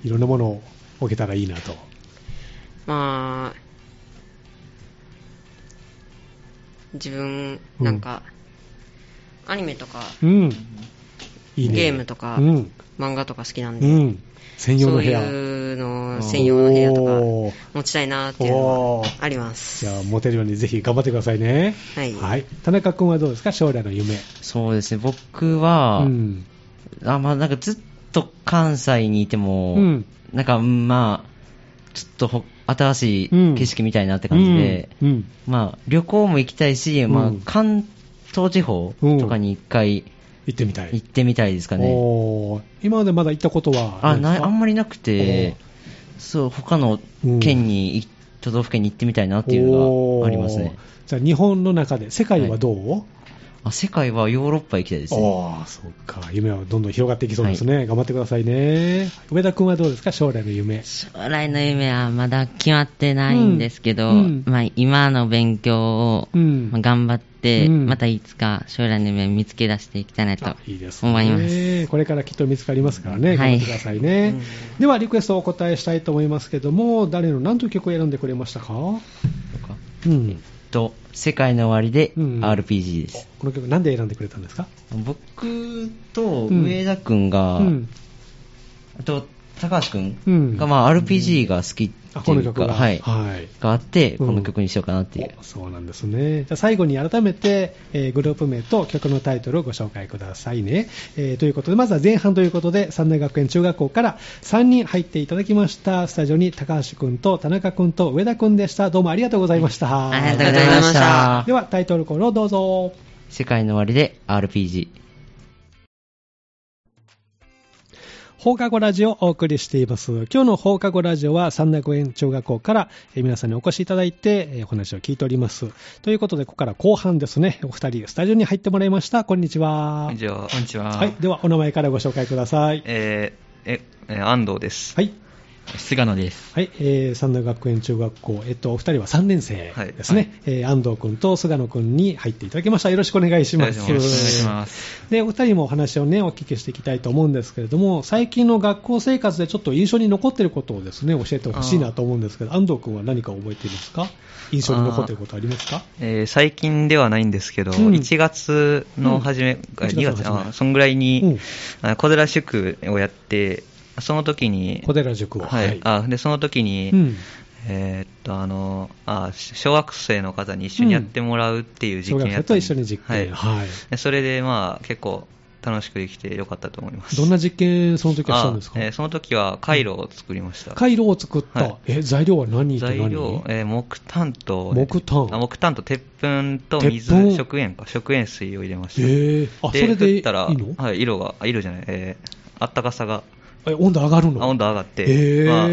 Speaker 1: いろんなものを置けたらいいなと。
Speaker 2: まあ、自分、
Speaker 1: うん
Speaker 2: なんか、アニメとか、
Speaker 1: うん。いいね。
Speaker 2: ゲームとか、
Speaker 1: うん。
Speaker 2: 漫画とか好きなん
Speaker 1: う
Speaker 2: で、
Speaker 1: ん。専用の
Speaker 2: そう
Speaker 1: 部屋。
Speaker 2: いうの専用の部屋と
Speaker 1: おー
Speaker 2: か持ちたいなっていうのはありま
Speaker 1: じ
Speaker 2: す。
Speaker 1: ゃあ、モテるようにぜひ頑張ってくださいね。
Speaker 2: はい
Speaker 1: 田中君はどうですか将来の夢。
Speaker 3: そうですね、僕は、
Speaker 1: うん。
Speaker 3: あまあ、なんかずっと関西にいても、
Speaker 1: うん
Speaker 3: なんか、うんまあ、ちょっとほ新しい
Speaker 1: うん
Speaker 3: 景色みたいなって感じで、
Speaker 1: うん。うん
Speaker 3: まあ、旅行も行きたいし、
Speaker 1: うん
Speaker 3: まあ、関東地方とかに一回
Speaker 1: 行ってみたい。
Speaker 3: 行ってみたいですかね。
Speaker 1: おー今までまだ行ったことは
Speaker 3: あないあんま
Speaker 1: り
Speaker 3: りなくて、そう、他の県に、い都道府県に行ってみたいなっていうのがありますね。
Speaker 1: じゃあ、日本の中で、世界はどう、
Speaker 3: あ世界はヨーロッパ行きたいですね。
Speaker 1: ああ、そうか。夢はどんどん広がっていきそうですね。頑張ってくださいね。上田君はどうですか将来の夢。
Speaker 4: 将来の夢はまだ決まってないんですけど、
Speaker 1: うん
Speaker 4: まあ、今の勉強を
Speaker 1: うん
Speaker 4: まあ頑張って、
Speaker 1: うん
Speaker 4: またいつか将来の夢を見つけ出していきたいなと
Speaker 1: あいいですね。
Speaker 4: 思います。
Speaker 1: これからきっと見つかりますからね。頑
Speaker 4: はい
Speaker 1: 張ってくださいね。では、リクエストをお答えしたいと思いますけども、誰の何という曲を選んでくれましたかうん。
Speaker 3: と、世界の終わりで
Speaker 1: うん
Speaker 3: RPG です。
Speaker 1: この曲なんで選んでくれたんですか
Speaker 3: 僕と上田くんが、
Speaker 1: うん。
Speaker 3: あと高橋く
Speaker 1: うんん
Speaker 3: が、まあ、RPG が好き
Speaker 1: あ、
Speaker 3: って
Speaker 1: こ
Speaker 3: い
Speaker 1: の
Speaker 3: う
Speaker 1: 曲
Speaker 3: か、
Speaker 1: が。
Speaker 3: はい、
Speaker 1: はい。
Speaker 3: があって、
Speaker 1: うん
Speaker 3: この曲にしようかなっていう
Speaker 1: お。そうなんですね。じゃあ最後に改めて、えーグループ名と曲のタイトルをご紹介くださいね。えーということで、まずは前半ということで、三大学園中学校から3人入っていただきました。スタジオに高橋くんと田中くんと上田くんでした。どうもありがとうございました。
Speaker 4: ありがとうございました
Speaker 1: では、タイトルコールをどうぞ。
Speaker 3: 世界の終わりで RPG。
Speaker 1: 放課後ラジオをお送りしています。今日の放課後ラジオは三内園中学校からえー皆さんにお越しいただいてえーお話を聞いております。ということで、ここから後半ですね。お二人、スタジオに入ってもらいました。こんにちは。
Speaker 5: こんにちは。
Speaker 6: こんにちは。
Speaker 1: はい。では、お名前からご紹介ください。
Speaker 5: えーええー安藤です。
Speaker 1: はい。
Speaker 6: 菅野です。
Speaker 1: はい、えー、三田学園中学校、えっと、お二人は3年生ですね、えー安藤君と菅野君に入っていただきました。よろしくお願いします。
Speaker 5: よろしくお願いし
Speaker 6: ます。
Speaker 1: で、お二人にもお話をね、お聞きしていきたいと思うんですけれども、最近の学校生活でちょっと印象に残っていることをですね、教えてほしいなと思うんですけど、安藤君は何か覚えていますか印象に残っていることありますか
Speaker 5: えー最近ではないんですけど、
Speaker 1: うん
Speaker 5: 1月の初め、
Speaker 1: うん
Speaker 5: あ2
Speaker 1: 1月
Speaker 5: 月、
Speaker 1: の初め
Speaker 5: あそんぐらいに、
Speaker 1: うん
Speaker 5: あ小寺塾をやって、その時に、
Speaker 1: 小寺塾を。
Speaker 5: はい、あでその時に、
Speaker 1: うん
Speaker 5: えーっと、あの、あ小学生の方に一緒にやってもらうっていう
Speaker 1: 小
Speaker 5: 実験
Speaker 1: 学
Speaker 5: や
Speaker 1: 生
Speaker 5: った
Speaker 1: と
Speaker 5: ん
Speaker 1: 一
Speaker 5: で
Speaker 1: 緒に実
Speaker 5: は
Speaker 1: 験。
Speaker 5: い
Speaker 1: はい。
Speaker 5: でそれで、まあ、結構楽しくできてよかったと思います。
Speaker 1: どんな実験、その時はした
Speaker 5: あ
Speaker 1: んですか、
Speaker 5: えーその時は回路を作りました。
Speaker 1: 回路を作った。
Speaker 5: はい
Speaker 1: え、材料は何と何
Speaker 5: 材料、えー木炭と、
Speaker 1: 木炭
Speaker 5: あ木炭と鉄粉と
Speaker 1: 鉄粉
Speaker 5: 水、食塩か、食塩水を入れました。
Speaker 1: えー、あ、それで
Speaker 5: 振
Speaker 1: い
Speaker 5: っ
Speaker 1: い
Speaker 5: たら、
Speaker 1: の、
Speaker 5: はい、色が、あ色じゃない、えー、あったかさが、
Speaker 1: え温度上がるの
Speaker 5: あ温度上がって、
Speaker 1: へー
Speaker 5: まあ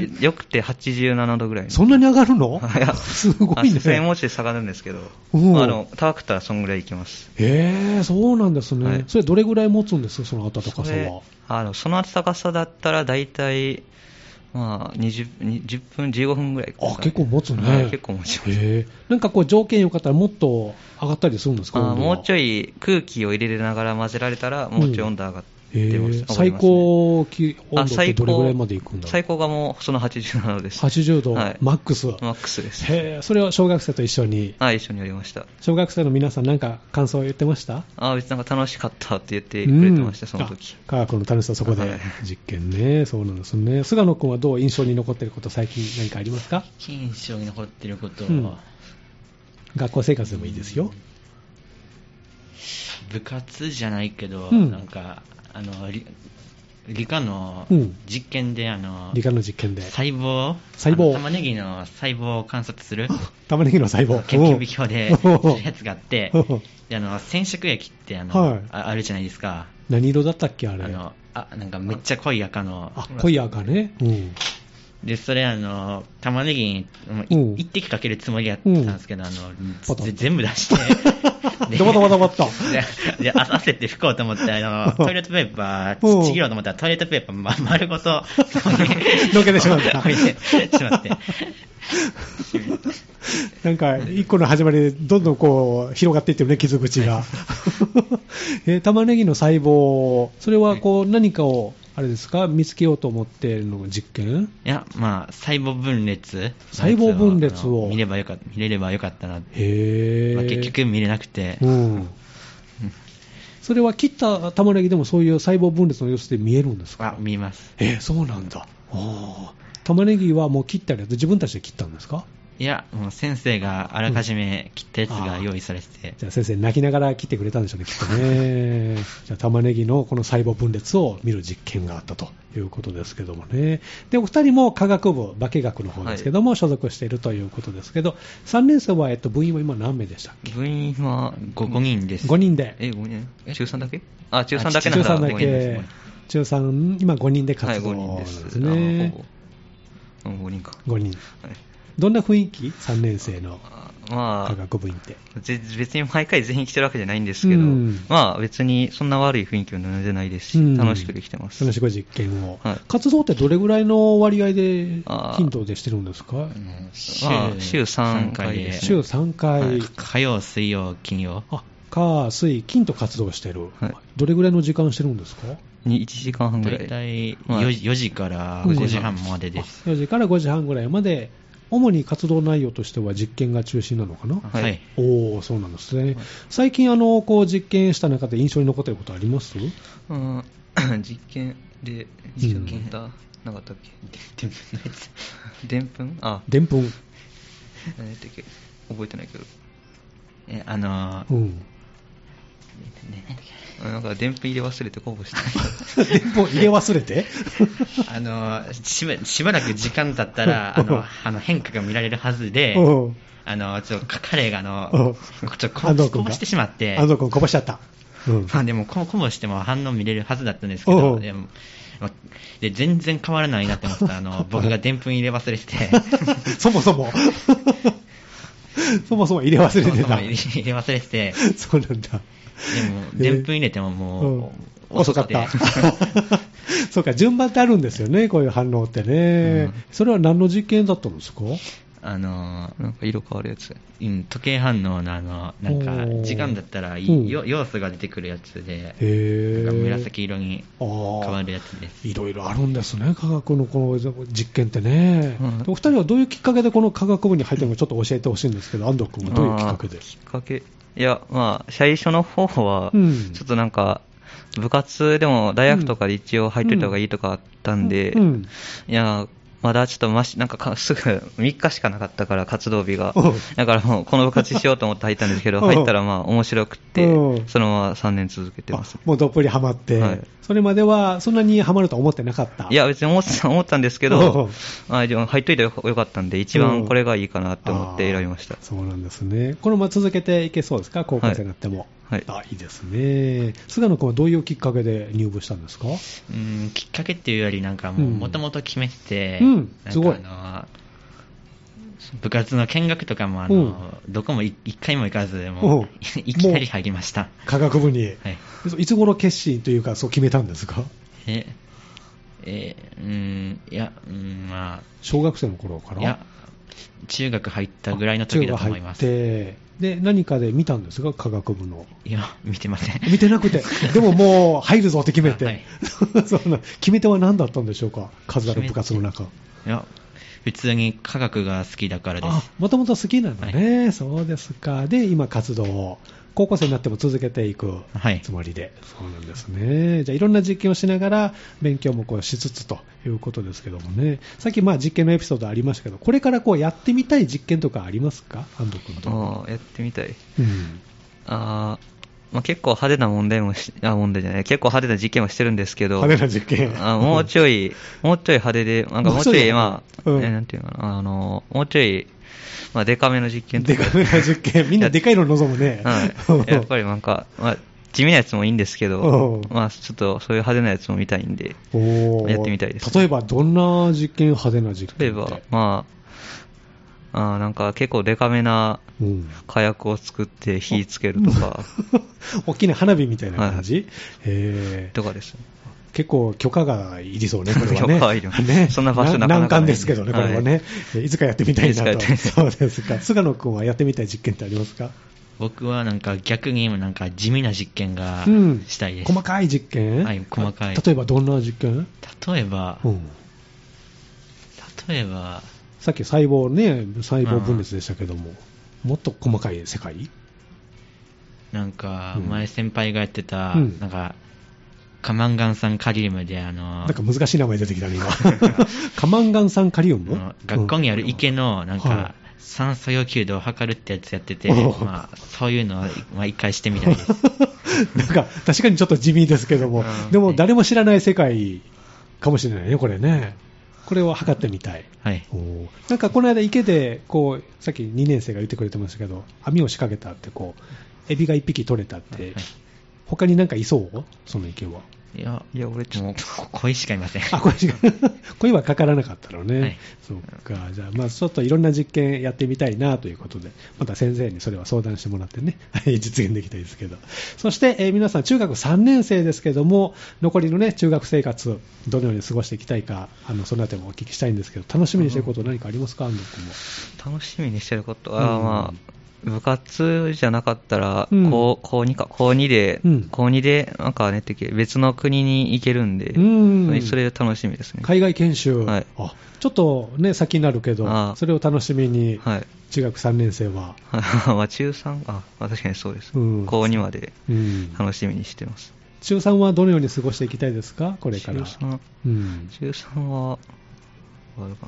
Speaker 5: よ、よくて87度ぐらいの。
Speaker 1: そんなに上がる の
Speaker 5: いや
Speaker 1: すごい
Speaker 5: あそ
Speaker 1: ね。
Speaker 5: れもうちょい下がるんですけど、
Speaker 1: うん
Speaker 5: まああの高くったらそんぐらいいきます。
Speaker 1: えー、そうなんですね。
Speaker 5: はい
Speaker 1: それどれぐらい持つんですその暖か
Speaker 5: そ
Speaker 1: さ
Speaker 5: れ
Speaker 1: は。
Speaker 5: あのその暖かさだったら大体、まあ、20, 20分、15分ぐらい
Speaker 1: あ、結構持つね。
Speaker 5: はい結構持ちます。
Speaker 1: へーなんかこう条件良かったらもっと上がったりするんですか
Speaker 5: あもうちょ
Speaker 1: い。
Speaker 5: い空気を入れながら混ぜられたら、もうちょい温度上がっ
Speaker 1: え
Speaker 5: てました。
Speaker 1: ー、最高気温
Speaker 5: あ
Speaker 1: 度って
Speaker 5: 最
Speaker 1: ど
Speaker 5: 高
Speaker 1: れぐらいまでいくんだろ
Speaker 5: 最
Speaker 1: う
Speaker 5: 高がもうその87です。
Speaker 1: ?80 度、
Speaker 5: はい
Speaker 1: マックス。
Speaker 5: マックスです。
Speaker 1: へーそれは小学生と一緒に。
Speaker 5: はい、一緒にやりました。
Speaker 1: 小学生の皆さんなんか感想を言ってました
Speaker 5: あ別になんか楽しかったって言ってくれてました、その時
Speaker 1: うん。あ科学の楽しさ、そこ
Speaker 5: は
Speaker 1: で
Speaker 5: い
Speaker 1: 実験ね、そうなんですね。菅野君はどう印象に残っていること、最近何かありますか
Speaker 6: 金賞に残ってることは、
Speaker 1: うん学校生活でもいいですよ。
Speaker 6: 部活じゃないけど、
Speaker 1: うん
Speaker 6: なんか、あの、理理科の
Speaker 1: うん
Speaker 6: 実験で、あの、
Speaker 1: 理科の実験で。
Speaker 6: 細胞
Speaker 1: 細胞
Speaker 6: あの玉ねぎの細胞を観察する
Speaker 1: 玉ねぎの細胞。
Speaker 6: 研究表で
Speaker 1: おう
Speaker 6: するやつがあって
Speaker 1: おう、
Speaker 6: であの、染色液ってあの、
Speaker 1: はい
Speaker 6: ああるじゃないですか。
Speaker 1: 何色だったっけ、あ
Speaker 6: あ
Speaker 1: れ。あ
Speaker 6: の、あ、なんかめっちゃ濃い赤の。
Speaker 1: 濃い赤ね。うん。
Speaker 6: で、それあの、玉ねぎに、もうい
Speaker 1: うん
Speaker 6: 一滴かけるつもりやってたんですけど、あ
Speaker 1: ポト
Speaker 6: の、
Speaker 1: ン
Speaker 6: ぜ全部出して、 で
Speaker 1: ドバドバドバっと。
Speaker 6: でで、あ焦って拭こうと思って、あの、トイレットペーパ
Speaker 1: うん
Speaker 6: ー、ちぎろうと思ったら、トイレットペーパー、ま、丸 ごと、
Speaker 1: のけてしまっ た
Speaker 6: のけてしまって。
Speaker 1: なんか、一個の始まりで、どんどんこう、広がっていってるね、傷口が。 えー玉ねぎの細胞、それはこう、何かを、あれですか、見つけようと思ってるのが実験
Speaker 6: いや、まあ、細胞分裂。
Speaker 1: 細胞分裂を
Speaker 6: あの見ればよか見れればよかったな。
Speaker 1: へー。
Speaker 6: まあ、結局見れなくて、
Speaker 1: うん。それは切った玉ねぎでもそういう細胞分裂の様子で見えるんですか
Speaker 6: あ、見えます。
Speaker 1: えーそうなんだ。あー玉ねぎはもう切ったやつ、自分たちで切ったんですか
Speaker 6: いや、もう先生があらかじめ切ったやつが用意されてて、
Speaker 1: じゃあ先生泣きながら切ってくれたんでしょうね、きっとね。 じゃあ玉ねぎのこの細胞分裂を見る実験があったということですけどもね。で、お二人も科学部、化学の方ですけども、所属しているということですけど、3年生は、えっと、部員は今何名でしたっ
Speaker 5: 部員は
Speaker 6: ご5人です。
Speaker 1: け ?5 人で。
Speaker 5: え、5人中3だけあ、中3だけな
Speaker 1: 中
Speaker 5: んだ。
Speaker 1: 3だ
Speaker 5: 五人です
Speaker 1: け
Speaker 5: ね。
Speaker 1: 中3、今5人で
Speaker 5: はい、
Speaker 1: 活動
Speaker 5: 5
Speaker 1: なん
Speaker 5: 人
Speaker 1: で
Speaker 5: です。
Speaker 1: すね。
Speaker 5: あのほぼ。うん、5人か。
Speaker 1: 5人。
Speaker 5: はい
Speaker 1: どんな雰囲気 ?3 年生の
Speaker 5: あま
Speaker 1: 科
Speaker 5: あ、
Speaker 1: 学部員って。
Speaker 5: ぜ別に毎回全員来てるわけじゃないんですけど、
Speaker 1: うん
Speaker 5: まあ別にそんな悪い雰囲気は全然ないですし、
Speaker 1: うん
Speaker 5: 楽しくできてます。
Speaker 1: 楽しく実験を、
Speaker 5: はい
Speaker 1: 活動ってどれぐらいの割合で
Speaker 5: あー
Speaker 1: 頻度でしてるんですか
Speaker 6: うん
Speaker 5: まあ、週3
Speaker 6: 三
Speaker 5: 回で、
Speaker 6: です
Speaker 1: 週
Speaker 5: ね。
Speaker 1: 3回、
Speaker 5: はい
Speaker 6: 火曜、水曜、金曜。
Speaker 1: あ火、水、金と活動してる、
Speaker 5: はい
Speaker 1: どれぐらいの時間してるんですか
Speaker 5: に1時間半ぐら
Speaker 6: 大
Speaker 5: い。
Speaker 6: 体
Speaker 5: はい
Speaker 6: 4, 4時から
Speaker 1: うん
Speaker 6: 5時半までです。
Speaker 1: 4時から5時半ぐらいまで、主に活動内容としては実験が中心なのかな、
Speaker 5: い
Speaker 6: はい。
Speaker 1: おお、そうなんですね、最近あのこう、実験した中で印象に残っていることあります
Speaker 5: うん実験で、
Speaker 1: 実
Speaker 5: 実
Speaker 1: 験
Speaker 5: 験だ、なかったっけでんぷんあ、
Speaker 1: でんぷん、
Speaker 5: 何やったっけ覚えてないけど。
Speaker 6: えあのー
Speaker 1: うん、
Speaker 5: なんか、でんぷん入れ忘れてこぼした。
Speaker 1: でんぷん入れ忘れて、
Speaker 6: あのーしば、しばらく時間経っ たら、あの、あの変化が見られるはずで、
Speaker 1: うん
Speaker 6: あの、ちょっと、か彼があの
Speaker 1: うん、
Speaker 6: ちょっとこ
Speaker 1: 安藤
Speaker 6: ぼ
Speaker 1: 君が
Speaker 6: こぼしてしまって、
Speaker 1: 安藤君、こぼしちゃった、うん
Speaker 6: まあでも、こ鼓舞しても反応見れるはずだったんですけ
Speaker 1: お
Speaker 6: ど、
Speaker 1: う
Speaker 6: でもまで全然変わらないなって思った あの僕がでんぷん入れ忘れてて、
Speaker 1: そもそ も。そもそも入れ忘れてた。
Speaker 6: 入れ 忘れてて、
Speaker 1: そうなんだ。
Speaker 6: でも、でんぷん入れてももう、
Speaker 1: 遅かった
Speaker 6: 遅くて。
Speaker 1: そうか、順番ってあるんですよね、こういう反応ってね。それは何の実験だったんですか
Speaker 6: あの
Speaker 5: なんか色変わるやつ。
Speaker 6: うん、時計反応のあの、なん
Speaker 1: おー
Speaker 6: か、時間だったらい
Speaker 1: うん
Speaker 6: よ要素が出てくるやつで、
Speaker 1: へ
Speaker 6: なんか
Speaker 1: ー
Speaker 6: 紫色に
Speaker 1: あー
Speaker 6: 変わるやつです。
Speaker 1: いろいろあるんですね、科学のこの実験ってね、
Speaker 5: うん
Speaker 1: お二人はどういうきっかけでこの科学部に入ったのかちょっと教えてほしいんですけど、安藤君はどういうきっかけで
Speaker 5: あー。きっかけいや、まあ、最初の方は、
Speaker 1: うん
Speaker 5: ちょっとなんか、部活でも大学とかで一応入っといた方がいいとかあったんで、
Speaker 1: うん
Speaker 5: いや、まだちょっとまし、なんかかすぐ 3日しかなかったから、活動日が
Speaker 1: おう。
Speaker 5: だからもう、この部活しようと思って入ったんですけど、
Speaker 1: おう
Speaker 5: 入ったらまあ、面白くて
Speaker 1: おう、
Speaker 5: そのまま3年続けてます。
Speaker 1: もうどっぷりハマって、
Speaker 5: はい
Speaker 1: それまではそんなにハマるとは思ってなかった。
Speaker 5: いや、別に思ってた思ったんですけ
Speaker 1: おう
Speaker 5: ど、まあ、でも入っといてよよかったんで、一
Speaker 1: おう
Speaker 5: 番これがいいかなって思って選びました
Speaker 1: あー。そうなんですね。このまま続けていけそうですか、高校生になっても。
Speaker 5: はい
Speaker 1: あいいですね。菅野君はどういうきっかけで入部したんですか
Speaker 6: うん、きっかけっていうより、なんかもう、
Speaker 1: うん
Speaker 6: もともと決めてて、
Speaker 1: うん
Speaker 6: なん
Speaker 1: すごい
Speaker 6: かあの、部活の見学とかも、あの、どこもい一回も行かず、
Speaker 1: お
Speaker 6: も
Speaker 1: う
Speaker 6: う、 いきなり入りました。
Speaker 1: 科学部に。
Speaker 6: はい。
Speaker 1: いつ頃決心というか、そう決めたんですか
Speaker 6: え、え、うん、いや、うん、ま
Speaker 1: 小学生の頃か
Speaker 6: あ、
Speaker 1: ら
Speaker 6: いや、中学入ったぐらいの時だと思いま
Speaker 1: 中
Speaker 6: す。
Speaker 1: 学入ってで、何かで見たんですが、科学部の。
Speaker 6: いや、見てません。
Speaker 1: 見てなく て、でももう入るぞって決めて、
Speaker 6: はい
Speaker 1: そんな決め手は何だったんでしょうか、数ある部活の中。
Speaker 6: いや、普通に科学が好きだからです。
Speaker 1: あ、もともと好きなんだね、そうですか。で、今活動を、高校生になっても続けていく
Speaker 6: はい
Speaker 1: つもりで、そうなんですね。じゃあ、いろんな実験をしながら、勉強もこうしつつということですけどもね。さっき、まあ、実験のエピソードありましたけど、これからこうやってみたい実験とかありますか安藤君と。
Speaker 5: あーやってみたい。
Speaker 1: うん。
Speaker 5: あーまあ、結構派手な問題もし、あ、問題じゃない、結構派手な実験もしてるんですけど、
Speaker 1: 派手な実験。
Speaker 5: あもうちょい、もうちょい派手で、なんか
Speaker 1: もう
Speaker 5: もう
Speaker 1: ち
Speaker 5: ち
Speaker 1: ょ
Speaker 5: ょ
Speaker 1: い
Speaker 5: い、まあ、
Speaker 1: うん
Speaker 5: えーなんていうのかな、あの、もうちょい、まあ、デカめの実験と
Speaker 1: で
Speaker 5: か、
Speaker 1: かめな実験。みんなでかいの望むね。
Speaker 5: はい、やっぱりなんか、まあ、地味なやつもいいんですけ
Speaker 1: お
Speaker 5: ど
Speaker 1: う、
Speaker 5: まあ、ちょっとそういう派手なやつも見たいんで、
Speaker 1: おー
Speaker 5: やってみたいです
Speaker 1: 例えば、どんな実験、派手な実
Speaker 5: 例え
Speaker 1: 験って
Speaker 5: ば、まあ、あーなんか結構デカめな
Speaker 1: うん。
Speaker 5: 火薬を作って火つけるとか、
Speaker 1: 大きな花火みたいな感じ、えー
Speaker 5: とかですね。
Speaker 1: 結構許可がいりそうね、これはね。
Speaker 5: 許可はいりますそんな場所なかなかない
Speaker 1: 難関ですけどね、これはね。
Speaker 5: はい
Speaker 1: え、いつかやってみたい
Speaker 5: いつ
Speaker 1: な
Speaker 5: かやっ
Speaker 1: と。
Speaker 5: てみたい
Speaker 1: そうですか。菅野君はやってみたい実験ってありますか
Speaker 6: 僕はなんか逆になんか地味な実験が
Speaker 1: うん
Speaker 6: したいです。
Speaker 1: 細かい実験
Speaker 6: はい細かい
Speaker 1: あ例えばどんな実験
Speaker 6: 例えば、
Speaker 1: うん。
Speaker 6: 例えば、
Speaker 1: さっき細胞ね、細胞分裂でしたけども、もっと細かい世界
Speaker 6: なんか
Speaker 1: うん
Speaker 6: 前先輩がやってた、
Speaker 1: うん
Speaker 6: なんか、カマンガン酸カリウムで、
Speaker 1: な
Speaker 6: あの
Speaker 1: ん、か難しい名前出てきた ね、今。カマンガン酸カリウ
Speaker 6: あ
Speaker 1: ム
Speaker 6: の学校にある池のなん
Speaker 1: は
Speaker 6: か、酸素要求度を測るってやつやってて、
Speaker 1: おう
Speaker 6: まあ、そういうのを、まあ、一回してみたいです。
Speaker 1: なんか、確かにちょっと地味ですけども、でも誰も知らない世界かもしれないね、これね。これを測ってみたい。
Speaker 6: はい。
Speaker 1: おーなんかこの間池で、こう、さっき2年生が言ってくれてましたけど、網を仕掛けたって、こう、エビが1匹取れたって、他になんかいそうその池は。
Speaker 6: いや、
Speaker 5: いや、俺ちょっと
Speaker 6: もう、こ 恋しかいません。
Speaker 1: あ、これ違う。 声はかからなかったのね。
Speaker 6: はい
Speaker 1: そうか。じゃあ、まあ、ちょっといろんな実験やってみたいなということで、また先生にそれは相談してもらってね、 はい実現できたいですけど。そして、えー皆さん、中学3年生ですけども、残りのね、中学生活、どのように過ごしていきたいか、あの、そのあたりもお聞きしたいんですけど、楽しみにしてること何かありますか、安藤君も。
Speaker 5: 楽しみにしてることは、
Speaker 1: うん
Speaker 5: まあ、部活じゃなかったら、
Speaker 1: うん
Speaker 5: 高高2か、高2で、
Speaker 1: うん
Speaker 5: 高2で、なんかね、てけ別の国に行けるんで、
Speaker 1: うん
Speaker 5: それ楽しみですね。
Speaker 1: 海外研修、
Speaker 5: はい
Speaker 1: あちょっとね、先になるけ
Speaker 5: あ
Speaker 1: ど、
Speaker 5: ー
Speaker 1: それを楽しみに、
Speaker 5: はい。
Speaker 1: 中学3年生は、
Speaker 5: まあ、中3、あ、まあ、確かにそうです。
Speaker 1: うん
Speaker 5: 高2まで
Speaker 1: うん
Speaker 5: 楽しみにしてます。
Speaker 1: 中3はどのように過ごしていきたいですか、これ
Speaker 5: 中
Speaker 1: から。
Speaker 5: 3、
Speaker 1: うん
Speaker 5: 中3は、あるか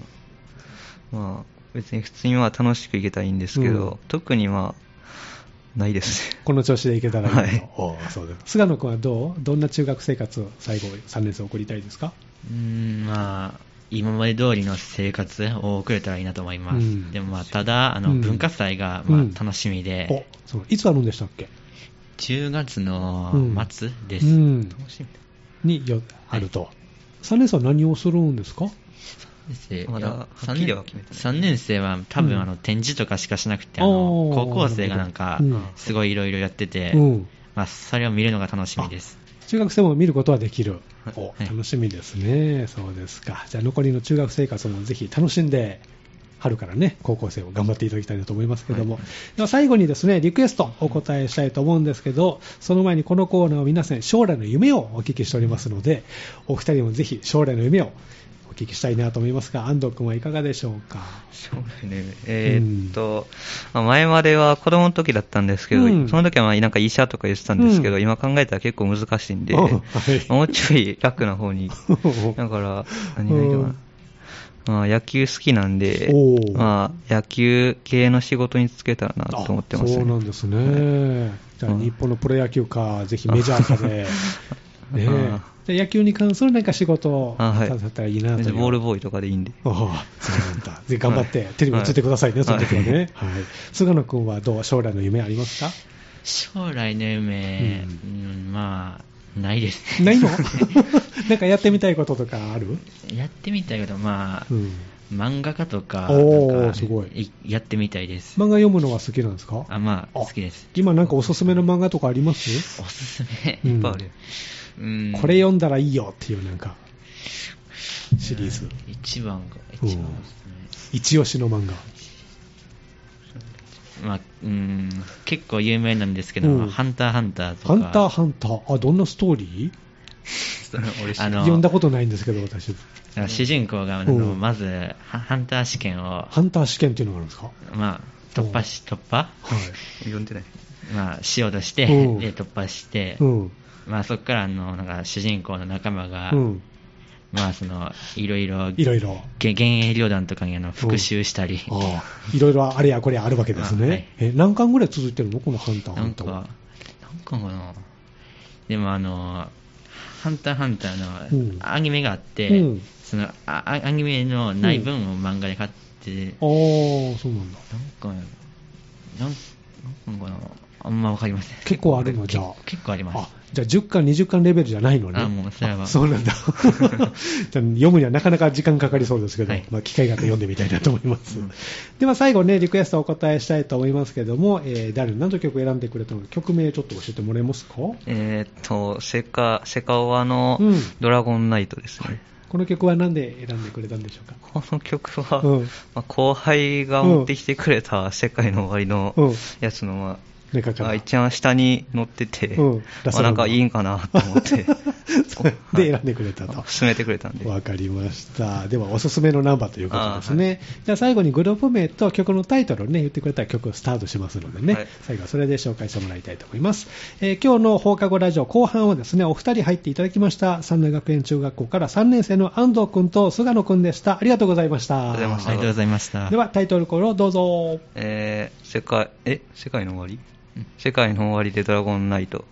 Speaker 5: な。まあ、別に普通にまあ楽しく行けたらいいんですけど、
Speaker 1: うん
Speaker 5: 特にまあ、ないですね。
Speaker 1: この調子でいけたらいいなと、
Speaker 5: はい
Speaker 1: おうそうです菅野君はどうどんな中学生活を最後3年生送りたいですか
Speaker 6: うーん、まあ、今まで通りの生活を送れたらいいなと思います。
Speaker 1: うん
Speaker 6: でもまあ、ただ、あ
Speaker 1: う
Speaker 6: の、
Speaker 1: ん
Speaker 6: 文化祭が、まあ
Speaker 1: うん、
Speaker 6: 楽しみで、
Speaker 1: おそういつあるんでしたっけ
Speaker 6: 10月の末です。
Speaker 1: うん
Speaker 6: 楽しみだ。
Speaker 1: によあると、3年生は何をするんですか
Speaker 4: です
Speaker 5: ま
Speaker 6: いや
Speaker 5: だ3人では決めてない。
Speaker 6: 3年生は多
Speaker 1: うん
Speaker 6: 分あの展示とかしかしなくて、あ
Speaker 1: あ
Speaker 6: の
Speaker 1: ー
Speaker 6: 高校生がなんか
Speaker 1: うん
Speaker 6: すごいいろいろやってて、
Speaker 1: うん
Speaker 6: まあ、それを見るのが楽しみです。
Speaker 1: 中学生も見ることはできる、お
Speaker 6: はい
Speaker 1: 楽しみですね、そうですか、じゃあ残りの中学生活もぜひ楽しんで、春からね、高校生を頑張っていただきたいなと思いますけども、では最後にですね、リクエストお答えしたいと思うんですけど、その前にこのコーナーを皆さん、将来の夢をお聞きしておりますので、お二人もぜひ将来の夢をお聞きしたいなと思いますが、安藤君はいかがでしょうか。
Speaker 5: 将来の夢えーっと、まあ前までは子供の時だったんですけど、
Speaker 1: うん
Speaker 5: その時はまあなんか医者とか言ってたんですけど、
Speaker 1: うん
Speaker 5: 今考えたら結構難しいんで、
Speaker 1: おはい
Speaker 5: もうちょい楽 な方に。だから、何がいいかな。まあ、野球好きなんで
Speaker 1: おー、
Speaker 5: まあ、野球系の仕事に就けたらな
Speaker 1: あ
Speaker 5: と思ってます、
Speaker 1: そうなんですね。じゃあ、
Speaker 5: うん
Speaker 1: 日本のプロ野球か、ぜひメジャーかで。ね
Speaker 5: うん
Speaker 1: え、で野球に関するなんか仕事を
Speaker 5: あはい
Speaker 1: させたらいいなと
Speaker 5: 別
Speaker 1: いう。
Speaker 5: にボールボーイとかでい いんで。
Speaker 1: ああそうなんだ。ぜひ頑張って、テレビ映ってくださいね、
Speaker 5: はい
Speaker 1: その時はね。はい。菅野君はどう将来の夢ありますか
Speaker 6: 将来の夢、うんまあ、ないです ね。
Speaker 1: ないのなんかやってみたいこととかある
Speaker 6: やってみたいけど、まあ
Speaker 1: う、ん。
Speaker 6: 漫画家とか、
Speaker 1: おー
Speaker 6: なんか
Speaker 1: すごい
Speaker 6: やってみたいです。
Speaker 1: 漫画読むのは好きなんですか
Speaker 6: あ、まあ、好きです。
Speaker 1: 今なんかおすすめの漫画とかあります
Speaker 6: おすすめ。
Speaker 1: うん
Speaker 5: いっぱいあるよ。
Speaker 6: うん
Speaker 1: これ読んだらいいよっていうなんか、シリーズ。
Speaker 6: 一番か、
Speaker 1: うん
Speaker 6: 一番おすす
Speaker 1: 一押しの漫画。
Speaker 6: め。まあ、うん、結構有名なんですけど、
Speaker 1: うん
Speaker 6: ハンターハンターと
Speaker 1: ハ
Speaker 6: か。
Speaker 1: ンターハンター。あ、どんなストーリー
Speaker 5: 俺知
Speaker 6: あ
Speaker 5: らん
Speaker 6: の
Speaker 1: 読んだことないんですけど、私。
Speaker 6: あ主人公が、あの
Speaker 1: うん
Speaker 6: まず、ハハンター試験を、
Speaker 1: ハンター試験っていうのがあるんですか
Speaker 6: まあ、突破し、突破
Speaker 1: はい。
Speaker 5: 読んでない。
Speaker 6: まあ、しようとして、で
Speaker 1: うん
Speaker 6: 突破して、
Speaker 1: うん。
Speaker 6: まあ、そこから、あの、なんか、主人公の仲間が、
Speaker 1: うん。
Speaker 6: まあ、その、いろいろ、
Speaker 1: いろいろ。
Speaker 6: げ幻影旅団とかにあの復讐したり、
Speaker 1: ああ。いろいろあれやこれやあるわけです
Speaker 6: あは
Speaker 1: ね
Speaker 6: い。
Speaker 1: え、何巻ぐらい続いてるのこのハンターハ
Speaker 6: なん
Speaker 1: ン
Speaker 6: か、
Speaker 1: ター
Speaker 6: なん
Speaker 1: は。
Speaker 6: かかな。でもあの、ハンターハンター
Speaker 1: うん
Speaker 6: のアニメがあって、
Speaker 1: うん
Speaker 6: そのああアニメのない分を漫画で買って、
Speaker 1: ああ、そうなんだ。
Speaker 6: なんか、なんなんかな、あんまわかりません。
Speaker 1: 結構あるのじゃあ
Speaker 6: け結構あります。
Speaker 1: あ、じゃあ10巻、20巻レベルじゃないのね。
Speaker 6: あもうそれは
Speaker 1: あそうなんだ。 じゃあ読むにはなかなか時間かかりそうですけど、
Speaker 6: はい
Speaker 1: まあ機会があって読んでみたいなと思います。 では最後ね、リクエストお答えしたいと思いますけども、えー、誰、何の曲を選んでくれたのか、曲名ちょっと教えてもらえますか
Speaker 5: えーっと、セカ、セカオワの
Speaker 1: うん
Speaker 5: ドラゴンナイトですね。
Speaker 1: この曲は何で選んでくれたんでしょうか
Speaker 5: この曲は、
Speaker 1: うん
Speaker 5: まあ、後輩が持ってきてくれた世界の終わり
Speaker 1: う
Speaker 5: の
Speaker 1: ん
Speaker 5: やつの、ま
Speaker 1: 中
Speaker 5: あ
Speaker 1: か
Speaker 5: ま
Speaker 1: ら
Speaker 5: あ、一番下に乗ってて、
Speaker 1: うんラス
Speaker 5: ま
Speaker 1: トな
Speaker 5: あ、なん
Speaker 1: だ
Speaker 5: んかいいんかなと思って、
Speaker 1: それ で選んでくれた と。
Speaker 5: 勧めてくれたんで。
Speaker 1: わかりました。では、おすすめのナンバーということですね。じゃあ、最後にグループ名と曲のタイトルをね、言ってくれたら曲をスタートしますのでね、
Speaker 5: はい
Speaker 1: 最後はそれで紹介してもらいたいと思います。えー今日の放課後ラジオ後半はですね、お二人入っていただきました、三大学園中学校から3年生の安藤くんと菅野くんでした。ありがとうございました。
Speaker 5: ありがとうございまし
Speaker 6: ありがとうございました。
Speaker 1: では、タイトルコールをどうぞ。
Speaker 5: えー世界、え世界の終わり、世界の終わりでドラゴンナイト。